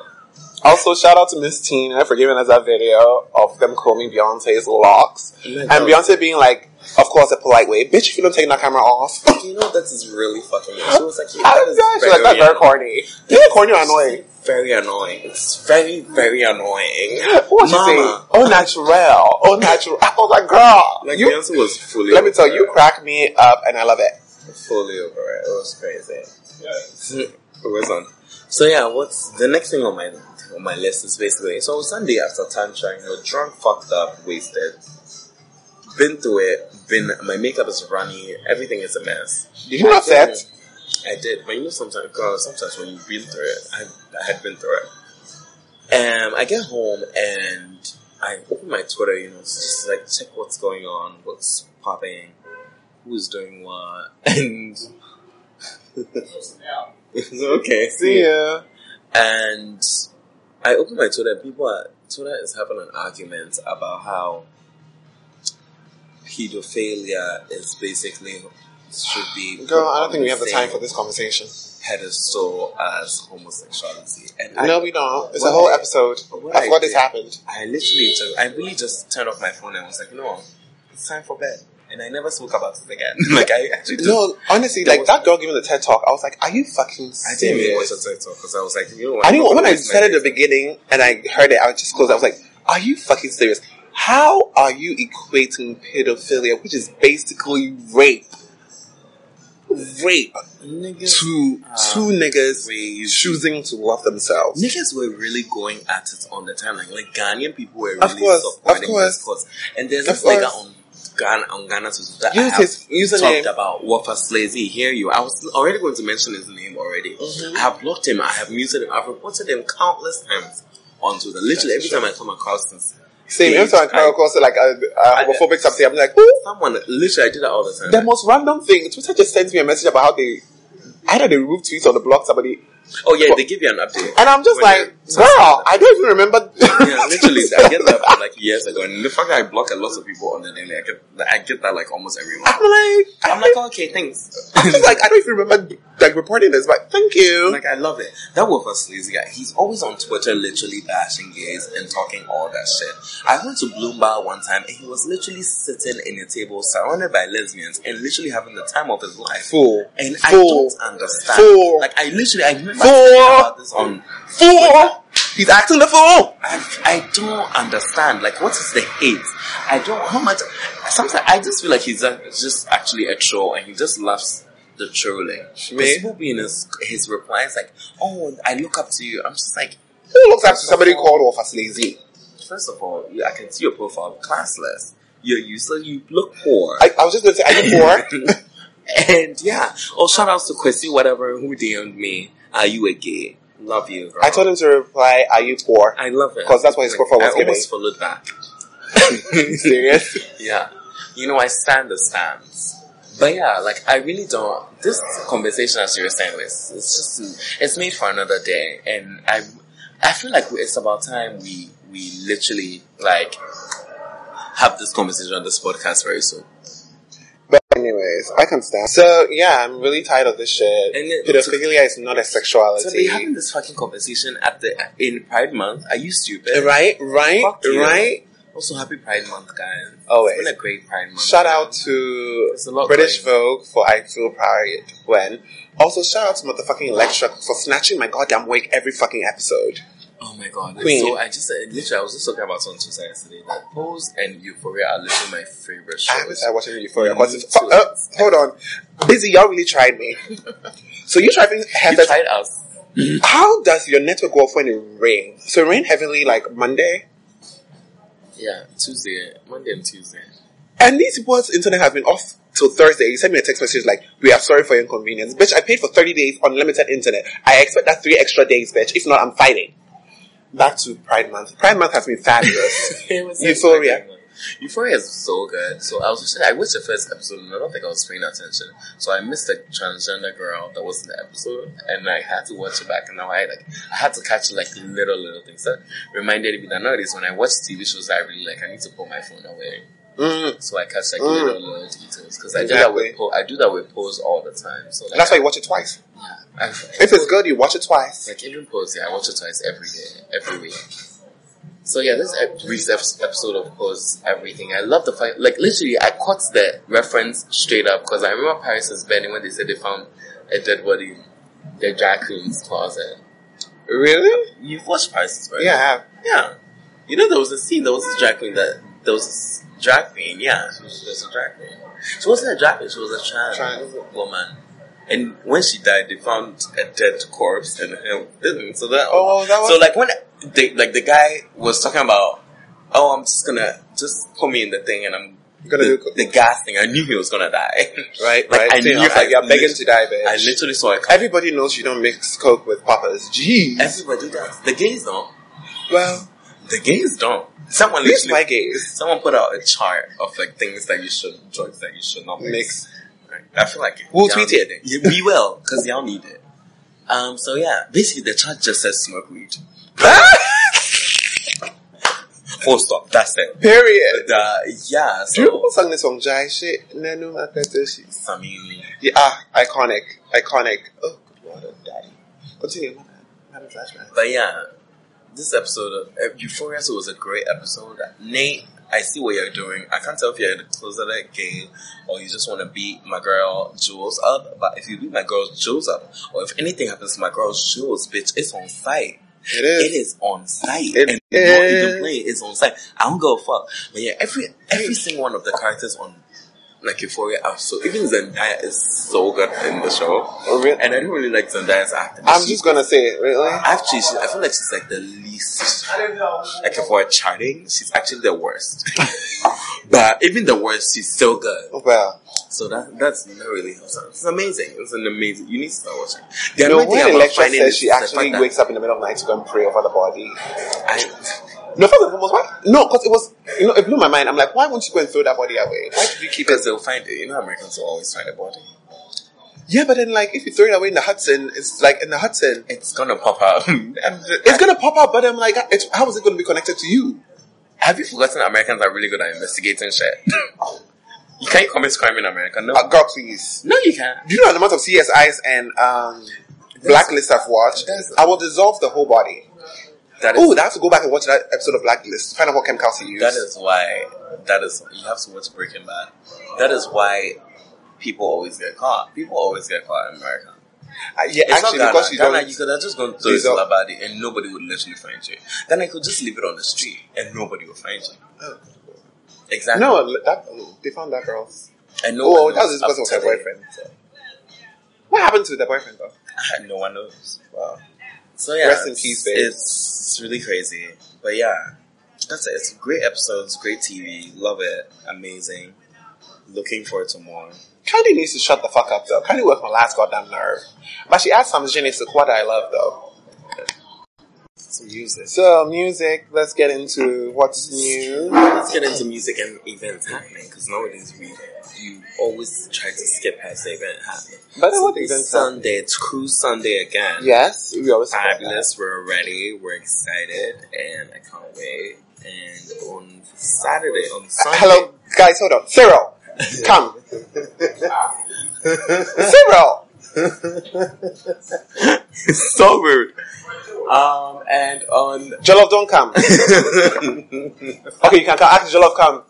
S25: Also, shout out to Miss Tina for giving us that video of them combing Beyonce's locks.
S24: Yeah,
S25: and
S24: that was-
S25: Beyonce being like, of course, a polite way, bitch, if you don't take that camera off.
S24: Like, you know, that is really fucking. She was like, yeah,
S25: I
S24: that
S25: was
S24: is
S25: like, that's very corny. You're corny or annoying. very annoying. It's very, very annoying. What you say? Mama. Oh, natural. Oh, natural. I was like, girl.
S24: Like,
S25: you,
S24: Beyonce was fully
S25: Let me tell
S24: over
S25: you, you
S24: it.
S25: crack me up, and I love it.
S24: fully over it. It was crazy.
S25: Yeah.
S24: [LAUGHS] it was on. So yeah, what's the next thing on my on my list is basically so Sunday after tantra, you know, drunk, fucked up, wasted, been through it. Been my makeup is runny, everything is a mess.
S25: Did you not
S24: I
S25: set?
S24: did- I did, but you know sometimes, cause sometimes when you've been through it, I, I had been through it. Um, I get home and I open my Twitter, you know, to just like check what's going on, what's popping, who's doing what, [LAUGHS] and okay,
S25: See ya.
S24: And I open my Twitter. People are Twitter is having an argument about how pedophilia is basically should be. put
S25: Girl, I
S24: on
S25: don't think we
S24: the
S25: have the
S24: same
S25: time for this conversation.
S24: Pedestal as homosexuality. And I-
S25: No, we don't. It's a
S24: what
S25: whole
S24: I-
S25: episode.
S24: what
S25: I forgot this
S24: did-
S25: happened.
S24: I literally just, I really just turned off my phone and was like, no, it's time for bed. And I never spoke about it again. [LAUGHS] like I actually just
S25: No, honestly,
S24: There
S25: like
S24: was-
S25: that girl giving the TED talk, I was like, are you fucking
S24: I didn't even watch
S25: serious?
S24: a TikTok because I was like, you know what?
S25: I didn't,
S24: I'm not
S25: when
S24: gonna
S25: I
S24: waste my
S25: said at the beginning and I heard it, I just closed. I was like, are you fucking serious? How are you equating pedophilia, which is basically rape, rape to two niggas choosing to love themselves?
S24: Niggas were really going at it on the time. Like, like Ghanaian people were
S25: Of
S24: really
S25: course, of
S24: supporting
S25: course.
S24: this cause. And there's
S25: Of
S24: this nigga
S25: course.
S24: on Ghana, on Ghana Twitter that
S25: Use
S24: I have
S25: his username.
S24: talked about Wafa Slazy. Hear you. I was already going to mention his name already.
S25: Mm-hmm.
S24: I have blocked him. I have muted him. I've reported him countless times on Twitter. Literally every time I come across his
S25: Same, every
S24: page,
S25: time I
S24: I-
S25: come across like a, a homophobic something, I'm like, ooh.
S24: someone literally I do that all the time.
S25: The most random thing, Twitter just sends me a message about how they either they removed tweets or they blocked somebody.
S24: oh yeah, they give you an update.
S25: And I'm just
S24: When
S25: like, girl, I don't even remember.
S24: yeah, literally, I get that from like years ago, and the fact that I block a lot of people on the daily, I get, I get that like almost every month.
S25: I'm like,
S24: I'm like, okay, thanks.
S25: [LAUGHS] I'm just like, I don't even remember like reporting this, but thank you.
S24: Like, I love it. That Wolf of Sleazy guy, he's always on Twitter literally bashing gays and talking all that shit. I went to Bloomberg one time, and he was literally sitting in a table surrounded by lesbians and literally having the time of his life.
S25: Fool.
S24: And
S25: Fool.
S24: I don't understand.
S25: Fool.
S24: Like, I literally, I remember
S25: Fool.
S24: thinking about this on
S25: Fool! He's acting the fool!
S24: I don't understand. Like, what is the hate? I don't. How much? Sometimes I just feel like he's a, just actually a troll, and he just loves the trolling.
S25: Me?
S24: Because people be in his, his replies like, "Oh, I look up to you." I'm just like,
S25: Who looks up to
S24: first of
S25: somebody
S24: all-
S25: called Wafa Slazy?
S24: First of all, yeah, I can see your profile, classless. You're useless. You look poor.
S25: I, I was just going to say, are you poor?
S24: [LAUGHS] and yeah. Oh, shout outs to Chrissy, whatever, who DM'd me. Are you a gay? Love you, girl.
S25: I told him to reply, are you poor?
S24: I love it.
S25: Because that's what his profile was
S24: I almost
S25: giving.
S24: followed back.
S25: [LAUGHS] Serious?
S24: Yeah. You know, I stand the stands. But yeah, like, I really don't. This conversation, as you were saying, is it's just, it's made for another day. And I, I feel like it's about time we, we literally, like, have this conversation on this podcast very soon.
S25: But anyways, I can stand. So yeah, I'm really tired of this shit.
S24: And it-
S25: Pedophilia is not a
S24: So we're
S25: sexuality.
S24: having this fucking conversation at the, in Pride Month. Are you stupid?
S25: Right, right,
S24: Fuck you.
S25: right.
S24: Also, happy Pride Month, guys.
S25: Always.
S24: It's been a great Pride Month.
S25: Shout out to
S24: There's a lot
S25: British
S24: going
S25: Vogue for I Feel Pride when. Also, shout out to motherfucking Electra for snatching my goddamn wig every fucking episode.
S24: Oh my god!
S25: Queen.
S24: So I just uh, literally I was just talking about this on Tuesday yesterday that Pose and Euphoria are literally my favorite shows.
S25: I wish I watched Euphoria.
S24: Me
S25: Because,
S24: too.
S25: uh, hold on. Busy, y'all really tried
S24: [LAUGHS]
S25: me. so you tried me.
S24: You tried us.
S25: How does your network work when it rains? So it rained heavily like Monday?
S24: Yeah, Tuesday, Monday and Tuesday.
S25: And these people's internet has been off till Thursday. You sent me a text message like, we are sorry for your inconvenience. Bitch, I paid for 30 days unlimited internet. I expect that three extra days, bitch. If not, I'm fighting. Back to Pride Month. Pride Month has been fabulous.
S24: [LAUGHS] It was
S25: Euphoria.
S24: Euphoria is so good. So I was just I watched the first episode and I don't think I was paying attention. So I missed the transgender girl that was in the episode and I had to watch it back and now I like I had to catch like little little things that reminded me that nowadays when I watch TV shows that I really like I need to put my phone away.
S25: Mm.
S24: So I catch like
S25: Mm.
S24: little little details because I do that
S25: Exactly.
S24: with po- I do that with pose all the time. So like,
S25: That's why you watch it twice.
S24: [LAUGHS] I,
S25: If it's good, you watch it twice.
S24: like even pose, yeah, I watch it twice every day, every week. So yeah, this ep- week's ep- episode of Pose Everything. I love the fact, like literally, I caught the reference straight up because I remember Paris was bending when they said they found a dead body in their drag queen's closet.
S4: Really?
S24: You've watched Paris is Burning.
S4: Yeah, I have.
S24: Yeah. You know, there was a scene, there was a drag queen that, there was this drag queen, yeah. She was just a drag queen. She wasn't a drag queen, she was a trans, woman. And when she died, they found a dead corpse in her building. So that,
S4: Oh, that was-
S24: so like when they, like the guy was talking about, oh, I'm just gonna, just put me in the thing and I'm
S4: Gonna
S24: the, the gas thing. I knew he was gonna die.
S4: [LAUGHS] Right,
S24: Like,
S4: right.
S24: I
S4: So
S24: knew-
S4: you're like, you're
S24: I
S4: begging
S24: lit-
S4: to die, bitch.
S24: I literally saw it.
S4: Everybody knows you don't mix coke with poppers. Jeez.
S24: Everybody does. The gays don't.
S4: Well,
S24: the gays don't. Someone
S4: These
S24: literally,
S4: white gays.
S24: Someone put out a chart of like things that you should, drugs that you should not mix. Right. I feel like
S4: We'll
S24: y'all
S4: tweet
S24: need
S4: it.
S24: Yeah, we will because y'all need it. Um. So yeah, basically the chart just says smoke weed. [LAUGHS] Full stop. That's it.
S4: Period.
S24: But, uh, yeah. So
S4: Do you remember song this song Jai shit? Nanu Makateshi.
S24: Samini.
S4: Yeah, ah, iconic, iconic. Oh, good lord, oh, daddy. Continue. my bad. I'm having flashbacks.
S24: But yeah, this episode of uh, Euphoria so was a great episode. Nate, I see what you're doing. I can't tell if you're in the closeted game or you just want to beat my girl Jules up. But if you beat my girl Jules up, or if anything happens to my girl Jules, bitch, it's on site.
S4: It is.
S24: It is on site.
S4: It
S24: and not
S4: is.
S24: even playing. It's on site. I don't give a fuck. But yeah, every every single one of the characters on like Euphoria episode, even Zendaya is so good in the show. And I don't really like Zendaya's acting.
S4: Oh, I'm just gonna say it, really.
S24: Actually, she, I feel like she's like the least. Like for charting, she's actually the worst. [LAUGHS] but even the worst, she's still good.
S4: Well,
S24: so that that's not really awesome. It's amazing. It's an amazing. You need to start watching.
S4: You know,
S24: annoying thing
S4: when
S24: about
S4: Electra
S24: finding
S4: says
S24: is
S4: she
S24: the fact
S4: actually
S24: that-
S4: wakes up in the middle of the night to go and pray over the body.
S24: I,
S4: [LAUGHS] no, first and foremost, why? No, because it was, you know, it blew my mind. I'm like, why won't you go and throw that body away? Why did you keep
S24: it? They'll find it. You know, Americans will always find a body.
S4: Yeah, but then, like, if you throw it away in the Hudson, it's like in the Hudson.
S24: It's gonna pop out. [LAUGHS]
S4: it's gonna pop up, but I'm like, it's, how is it gonna be connected to you?
S24: Have you forgotten Americans are really good at investigating shit? you can't commit crime in America. No,
S4: Uh, girl, please.
S24: No, you can't.
S4: Do you know the amount of CSIs and um, Blacklist I've watched? I will dissolve the whole body.
S24: That is-
S4: Oh, I have to go back and watch that episode of Blacklist to find out what chemicals he used.
S24: That is why. That is you have to watch Breaking Bad. That is why people always get caught. People always get caught in America.
S4: Uh, yeah,
S24: It's not
S4: actually,
S24: Ghana.
S4: because you
S24: Ghana,
S4: don't-
S24: you could have just gone to
S4: you don't-
S24: a body and nobody would literally find you. Then I could just leave it on the street and nobody would find you.
S4: Oh.
S24: Exactly.
S4: No, that, they found that girl.
S24: And no
S4: oh,
S24: one
S4: that was
S24: knows
S4: because of her
S24: up to date.
S4: boyfriend. What happened to the boyfriend though?
S24: [LAUGHS] no one knows. Wow. So yeah,
S4: Rest in
S24: it's-
S4: peace, babe.
S24: It's, it's really crazy, but yeah, that's it. It's great episodes, great TV. Love it. Amazing. Looking forward to more.
S4: Kylie needs to shut the fuck up though. Kylie was my last goddamn nerve. But she asked some Jenny Sequoia I love though.
S24: Some music.
S4: So music, let's get into what's new.
S24: Let's get into music and events happening because nowadays we you always try to skip past the event happening.
S4: But
S24: so
S4: what
S24: this
S4: events
S24: Sunday? It's Cruise Sunday again.
S4: Yes, we always talk about
S24: fabulous. We're ready. We're excited, and I can't wait. And on Saturday, on Sunday,
S4: Uh, Hello, guys, hold on. Cyril,
S24: [LAUGHS]
S4: come.
S24: [LAUGHS]
S4: Cyril!
S24: it's so rude. Um, and on
S4: Jollof, don't come.
S24: [LAUGHS]
S4: okay, you can come. Actually, "Ah, Jollof, come.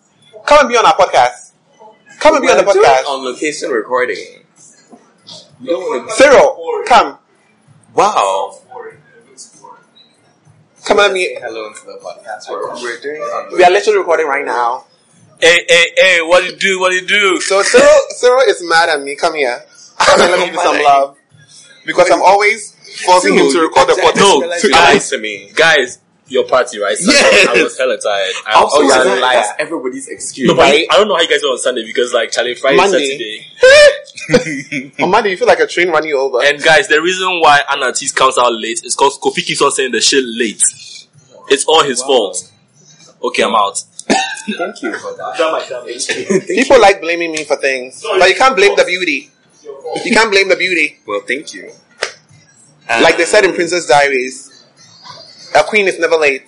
S4: Come and be on our podcast. Come and be on the
S24: We're doing
S4: podcast.
S24: on location recording. You don't want to
S4: Cyril, come.
S24: Wow.
S4: Come on, me.
S24: Hello into the podcast. We're, we're doing on
S4: We are literally recording right now.
S24: Hey, hey, hey, what do you do? What do you do?
S4: So Cyril, Cyril is mad at me. Come here. Come here, let me give you some love. Because I'm always forcing him to record the podcast.
S24: No, to lies to me. Guys, your party, right? Sunday, I was hella tired. I was
S4: Oh, you're a
S24: tired.
S4: liar.
S24: That's everybody's excuse.
S4: No, but I-
S24: don't know how you guys are on Sunday because, like, Charlie,
S4: Friday, Monday. Amanda, Oh, you feel like a train running you over.
S20: And guys, the reason why Anatis comes out late is because Kofi keeps on saying the shit late. It's all his fault. Okay, I'm out.
S24: Thank you for that.
S4: People like blaming me for things. But you can't blame the beauty. You can't blame the beauty.
S24: Well, thank you.
S4: Like they said in Princess Diaries, a queen is never late.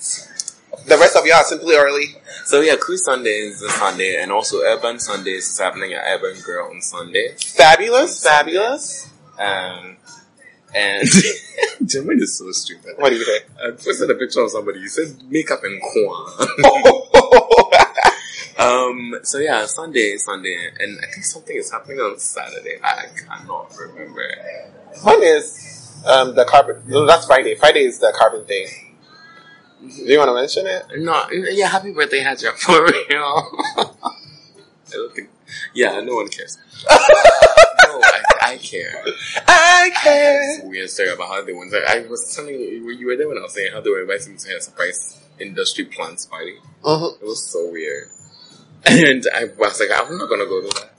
S4: The rest of y'all are simply early.
S24: So yeah, Cruise Sunday is this Sunday, and also Urban Sundays is happening at Urban Girl on Sunday.
S4: Fabulous, fabulous.
S24: Um, [LAUGHS] and Jermaine is so stupid.
S4: What do you say?
S24: I posted a picture of somebody. He said makeup and [LAUGHS] coin. um. So yeah, Sunday, Sunday, and I think something is happening on Saturday. I, I cannot remember.
S4: One is
S24: um, the carbon. No, that's Friday. Friday is the carbon thing. Do you want to mention it?
S25: No, yeah, happy birthday,
S24: [LAUGHS]
S25: Hadja, for real. I don't think, yeah, no one cares. Uh, no, I, I care.
S24: I
S25: care. It's weird story about how they went. I was telling you, you were there when I was saying how they were inviting me to a surprise industry plants party. It was so weird. [LAUGHS] And I was like, I'm not gonna go to that.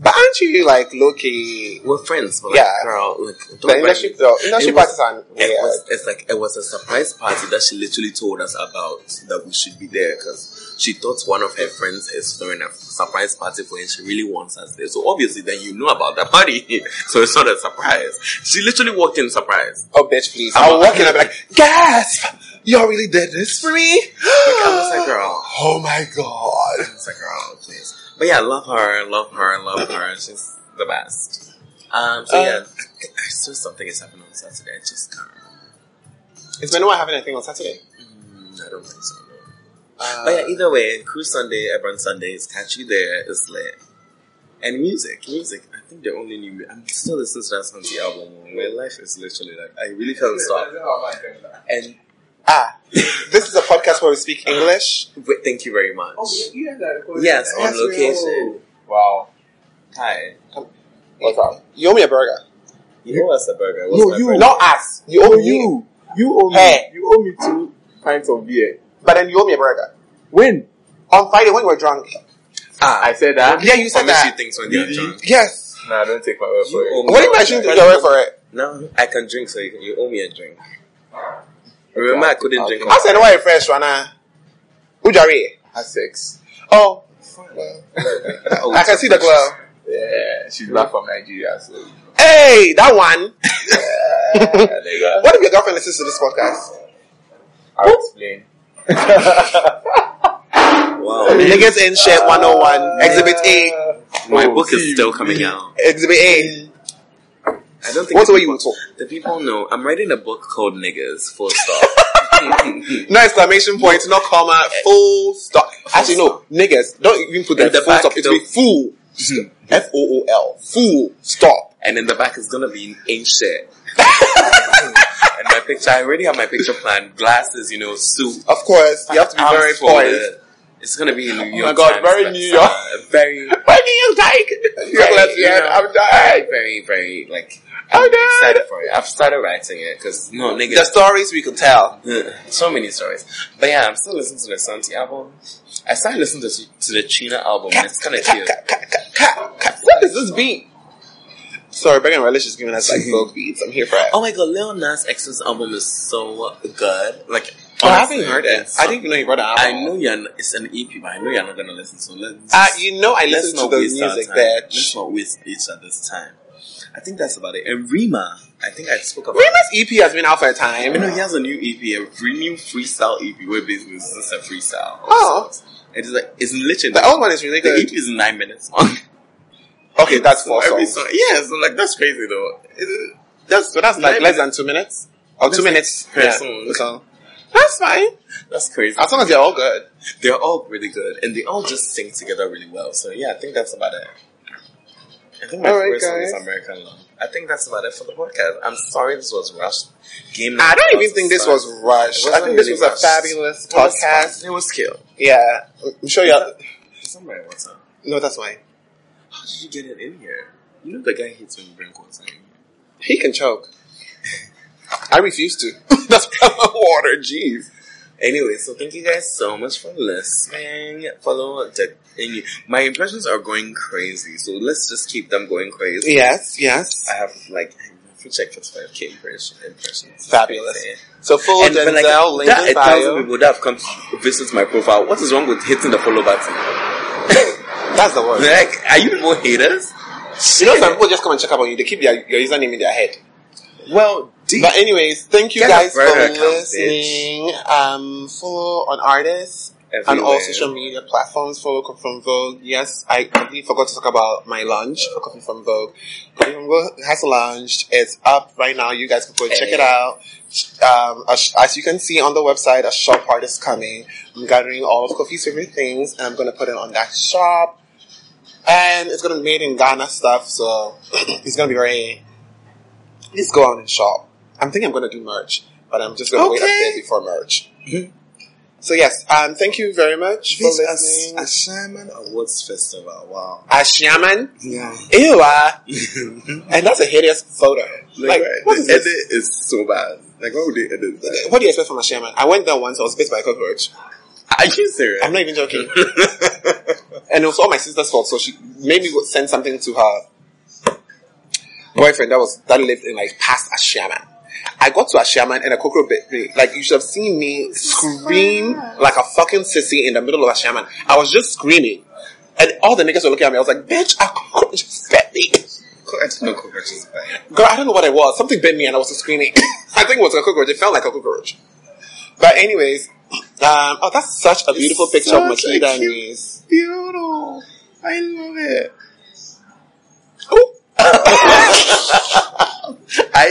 S24: But aren't you like Loki?
S25: We're friends, but like,
S24: yeah.
S25: girl, like,
S24: the industry, the industry
S25: It was-
S24: parties are
S25: it
S24: weird.
S25: was- it's like it was a surprise party that she literally told us about that we should be there because she thought one of her friends is throwing a surprise party for her and she really wants us there. So obviously, then you know about that party, [LAUGHS] so it's not a surprise. She literally walked in surprise.
S24: Oh, bitch, please! I'll walk in. I'll be like, gasp! Y'all really did this for me?
S25: I was like, girl.
S24: [GASPS] Oh my god.
S25: I was like, girl, please. But yeah, love her, love her, love her. She's the best. Um, so
S24: Uh,
S25: yeah, I, think- I saw something is happening on Saturday. I just can't
S24: Is Benoit having anything on Saturday?
S25: Mm,
S24: Uh,
S25: I don't think so. No. but yeah, either way, Cruise Sunday, Urban Sunday is catchy there, it's lit. And music, music. I think the only new. I'm still listening to that Santi album. My life is literally like I really can't stop. And
S24: ah, [LAUGHS] this is a podcast where we speak English.
S25: Wait, thank you very much.
S24: you have that
S25: yes, on location.
S24: Wow.
S25: Hi.
S24: What's up? You owe me a burger.
S25: You owe us a burger. What's
S24: No,
S25: my
S24: you.
S25: burger?
S24: Not us. You owe me. You.
S25: You owe me.
S24: Hey.
S25: You owe me two pints of beer.
S24: But then you owe me a burger.
S25: When?
S24: On Friday when we were drunk.
S25: Ah, I said
S24: that? Yeah, you said that.
S25: She thinks when they're drunk.
S24: Yes.
S25: No, don't take my word for it.
S24: What if I shouldn't take your word for it?
S25: No, I can drink, so you, can, you owe me a drink. Remember, I couldn't drink.
S24: I said, why fresh, Rana? Ujari.
S25: At six.
S24: Oh. I can see the glove.
S25: Yeah, she's back from Nigeria, so.
S24: Hey, that one. what if your girlfriend listens to this podcast?
S25: I'll
S24: [LAUGHS]
S25: explain. wow.
S24: Niggas in shit 101, Exhibit A.
S25: My book is still coming out.
S24: Exhibit A.
S25: I don't think
S24: What's the
S25: people-
S24: way you would talk?
S25: The people know. I'm writing a book called Niggas, full stop.
S24: No exclamation point, no comma, full stop. Actually, no, niggas, don't even put
S25: Eh. In
S24: that
S25: the
S24: full
S25: back,
S24: stop. It's be
S25: don't-
S24: full. F O O L. Full stop.
S25: and in the back is gonna be ain't
S24: [LAUGHS]
S25: shit. and my picture, I already have my picture planned. Glasses, you know, suit.
S24: Of course, you have to be
S25: Arms
S24: very
S25: folded.
S24: poised.
S25: It's gonna be in New York.
S24: my God,
S25: Times
S24: very
S25: like,
S24: New York.
S25: uh, Very,
S24: Why do you like? You're
S25: very,
S24: lesbian,
S25: you know,
S24: I'm dying. Oh,
S25: Very, very, like, I'm excited for it. I've started writing it, cause, no, nigga.
S24: The stories we could tell.
S25: so many stories. But yeah, I'm still listening to the Santi album. I started listening to, to the China album, and it's kinda cute.
S24: What is this beat? Sorry, Bang and Relish is
S25: [LAUGHS]
S24: giving us like folk beats. I'm here for it.
S25: Oh my god, Lil Nas X's album is so good. Like,
S24: Oh, I haven't heard it.
S25: it's-
S24: I didn't even know you brought an
S25: I
S24: album.
S25: know you're. Not, it's an EP, but I know you're not gonna listen. So let's.
S24: Uh, you know I
S25: let's
S24: listen to
S25: not
S24: the
S25: waste our
S24: music,
S25: time. Let's
S24: bitch.
S25: not waste each other's time. I think that's about it. And Rima, I think I spoke about.
S24: Rima's EP E has been out for a time.
S25: You know, he has a new EP, a free, new freestyle EP. Where basically it's just a freestyle.
S24: Oh.
S25: It's like it's literally
S24: The old one is really
S25: The E
S24: good.
S25: EP is nine minutes long.
S24: Okay, that's four
S25: So every
S24: songs.
S25: song- yeah, so like that's crazy though. It-
S24: That's so that's like
S25: Nine
S24: less than two minutes or two minutes.
S25: per
S24: yeah.
S25: song.
S24: So that's fine.
S25: That's crazy.
S24: As long as they're all good.
S25: They're all really good, and they all just sing together really well. So yeah, I think that's about it. I think my
S24: All right,
S25: favorite song is
S24: guys.
S25: American Love. I think that's about it for the podcast. I'm sorry this was rushed. Game
S24: I
S25: night
S24: don't even
S25: a
S24: think this
S25: start.
S24: was rushed.
S25: It
S24: I
S25: wasn't
S24: think this
S25: really
S24: was a
S25: rushed.
S24: fabulous
S25: It was fun.
S24: podcast.
S25: It was cute.
S24: Yeah, I'm sure y'all.
S25: Somebody what's up?
S24: No, that's fine.
S25: How did you get it in here? You know the guy hates when you bring quotes in.
S24: He can choke. I
S25: [LAUGHS]
S24: refuse to. that's water. Jeez.
S25: Anyway, so thank you guys so much for listening. Follow the and you- my impressions are going crazy, so let's just keep them going crazy.
S24: Yes, yes.
S25: I have like I have to check for five K impression, impressions.
S24: Fabulous.
S25: Okay.
S24: So full
S25: but,
S24: Denzel, link
S25: that
S24: in
S25: a thousand
S24: bio.
S25: people that have come to visit my profile. What is wrong with hitting the follow button?
S24: That's the word.
S25: Like, are you people haters?
S24: You know, some people just come and check up on you. They keep their, your username in their head.
S25: Well,
S24: but anyways, thank you
S25: Get a
S24: guys for
S25: burner account, bitch.
S24: listening. Um, follow on artists and all
S25: Everywhere.
S24: social media platforms. Follow Copy from Vogue. Yes, I completely forgot to talk about my lunch for Copy from Vogue. Copy from Vogue has launched. It's up right now. You guys can go check it out. Um, a sh- as you can see on the website, a shop part is coming. I'm gathering all of Kofi's favorite things, and I'm going to put it on that shop. [CLEARS THROAT] And it's going to be made in Ghana stuff, so it's going to be very please go out and shop. I'm thinking I'm going to do merch, but I'm just going to wait a Okay. bit before merch. So yes, um, thank you very much for
S25: Mm-hmm. This
S24: listening.
S25: A Shaman Awards Festival. Wow.
S24: A shaman?
S25: Yeah.
S24: Ew, uh,
S25: [LAUGHS]
S24: and that's a hideous photo. Like,
S25: Like,
S24: what is
S25: the
S24: this?
S25: edit is so bad. Like, what would they edit that?
S24: What do you expect from a shaman? I went there once. I was bit by a cockroach.
S25: Are you serious?
S24: I'm not even joking.
S25: [LAUGHS]
S24: and it was all my sister's fault, so she made me go- send something to her boyfriend that was that lived in like past Ashiaman. I got to Ashiaman and a cockroach bit me. Like you should have seen me scream like a fucking sissy in the middle of Ashiaman. I was just screaming, and all the niggas were looking at me. I was like, "Bitch, a cockroach just bit me."
S25: No cockroaches bad.
S24: Girl, I don't know what it was. Something bit me and I was just screaming. [LAUGHS] I think it was a cockroach. It felt like a cockroach. But anyways, um, oh, that's such a beautiful picture of
S25: such a
S24: Makeda and
S25: cute-
S24: me.
S25: Beautiful. I love it. [LAUGHS] I,
S24: I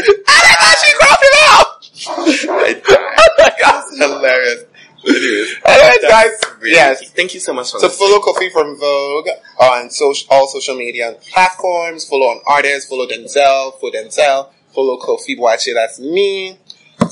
S24: [LAUGHS]
S25: died. That's hilarious. Anyways,
S24: Oh Anyways, guys,
S25: really-
S24: yes.
S25: Thank you so much for
S24: So
S25: listening.
S24: follow Kofi from Vogue on social, all social media platforms. Follow on artists. Follow Denzel. Follow Denzel. Follow Kofi Boache. That's me.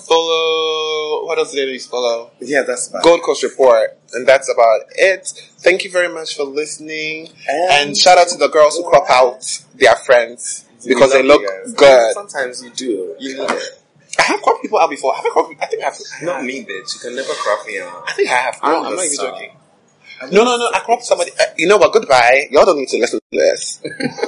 S24: Follow. What else did you follow?
S25: Yeah, that's about
S24: Gold Coast Report, and that's about it. Thank you very much for listening, and,
S25: And-
S24: shout out to the girls who crop out their friends
S25: We
S24: because they
S25: love
S24: look
S25: you guys.
S24: good.
S25: Sometimes you do. You need it.
S24: I have cropped people out before. I have cropped. I think I have.
S25: Not me, bitch. You can never crop me out.
S24: I think I have. No,
S25: I'm
S24: I'm,
S25: the
S24: not even
S25: star.
S24: joking. No, no, no. I cropped somebody. Uh, you know what? Goodbye. Y'all don't need to listen to this. [LAUGHS]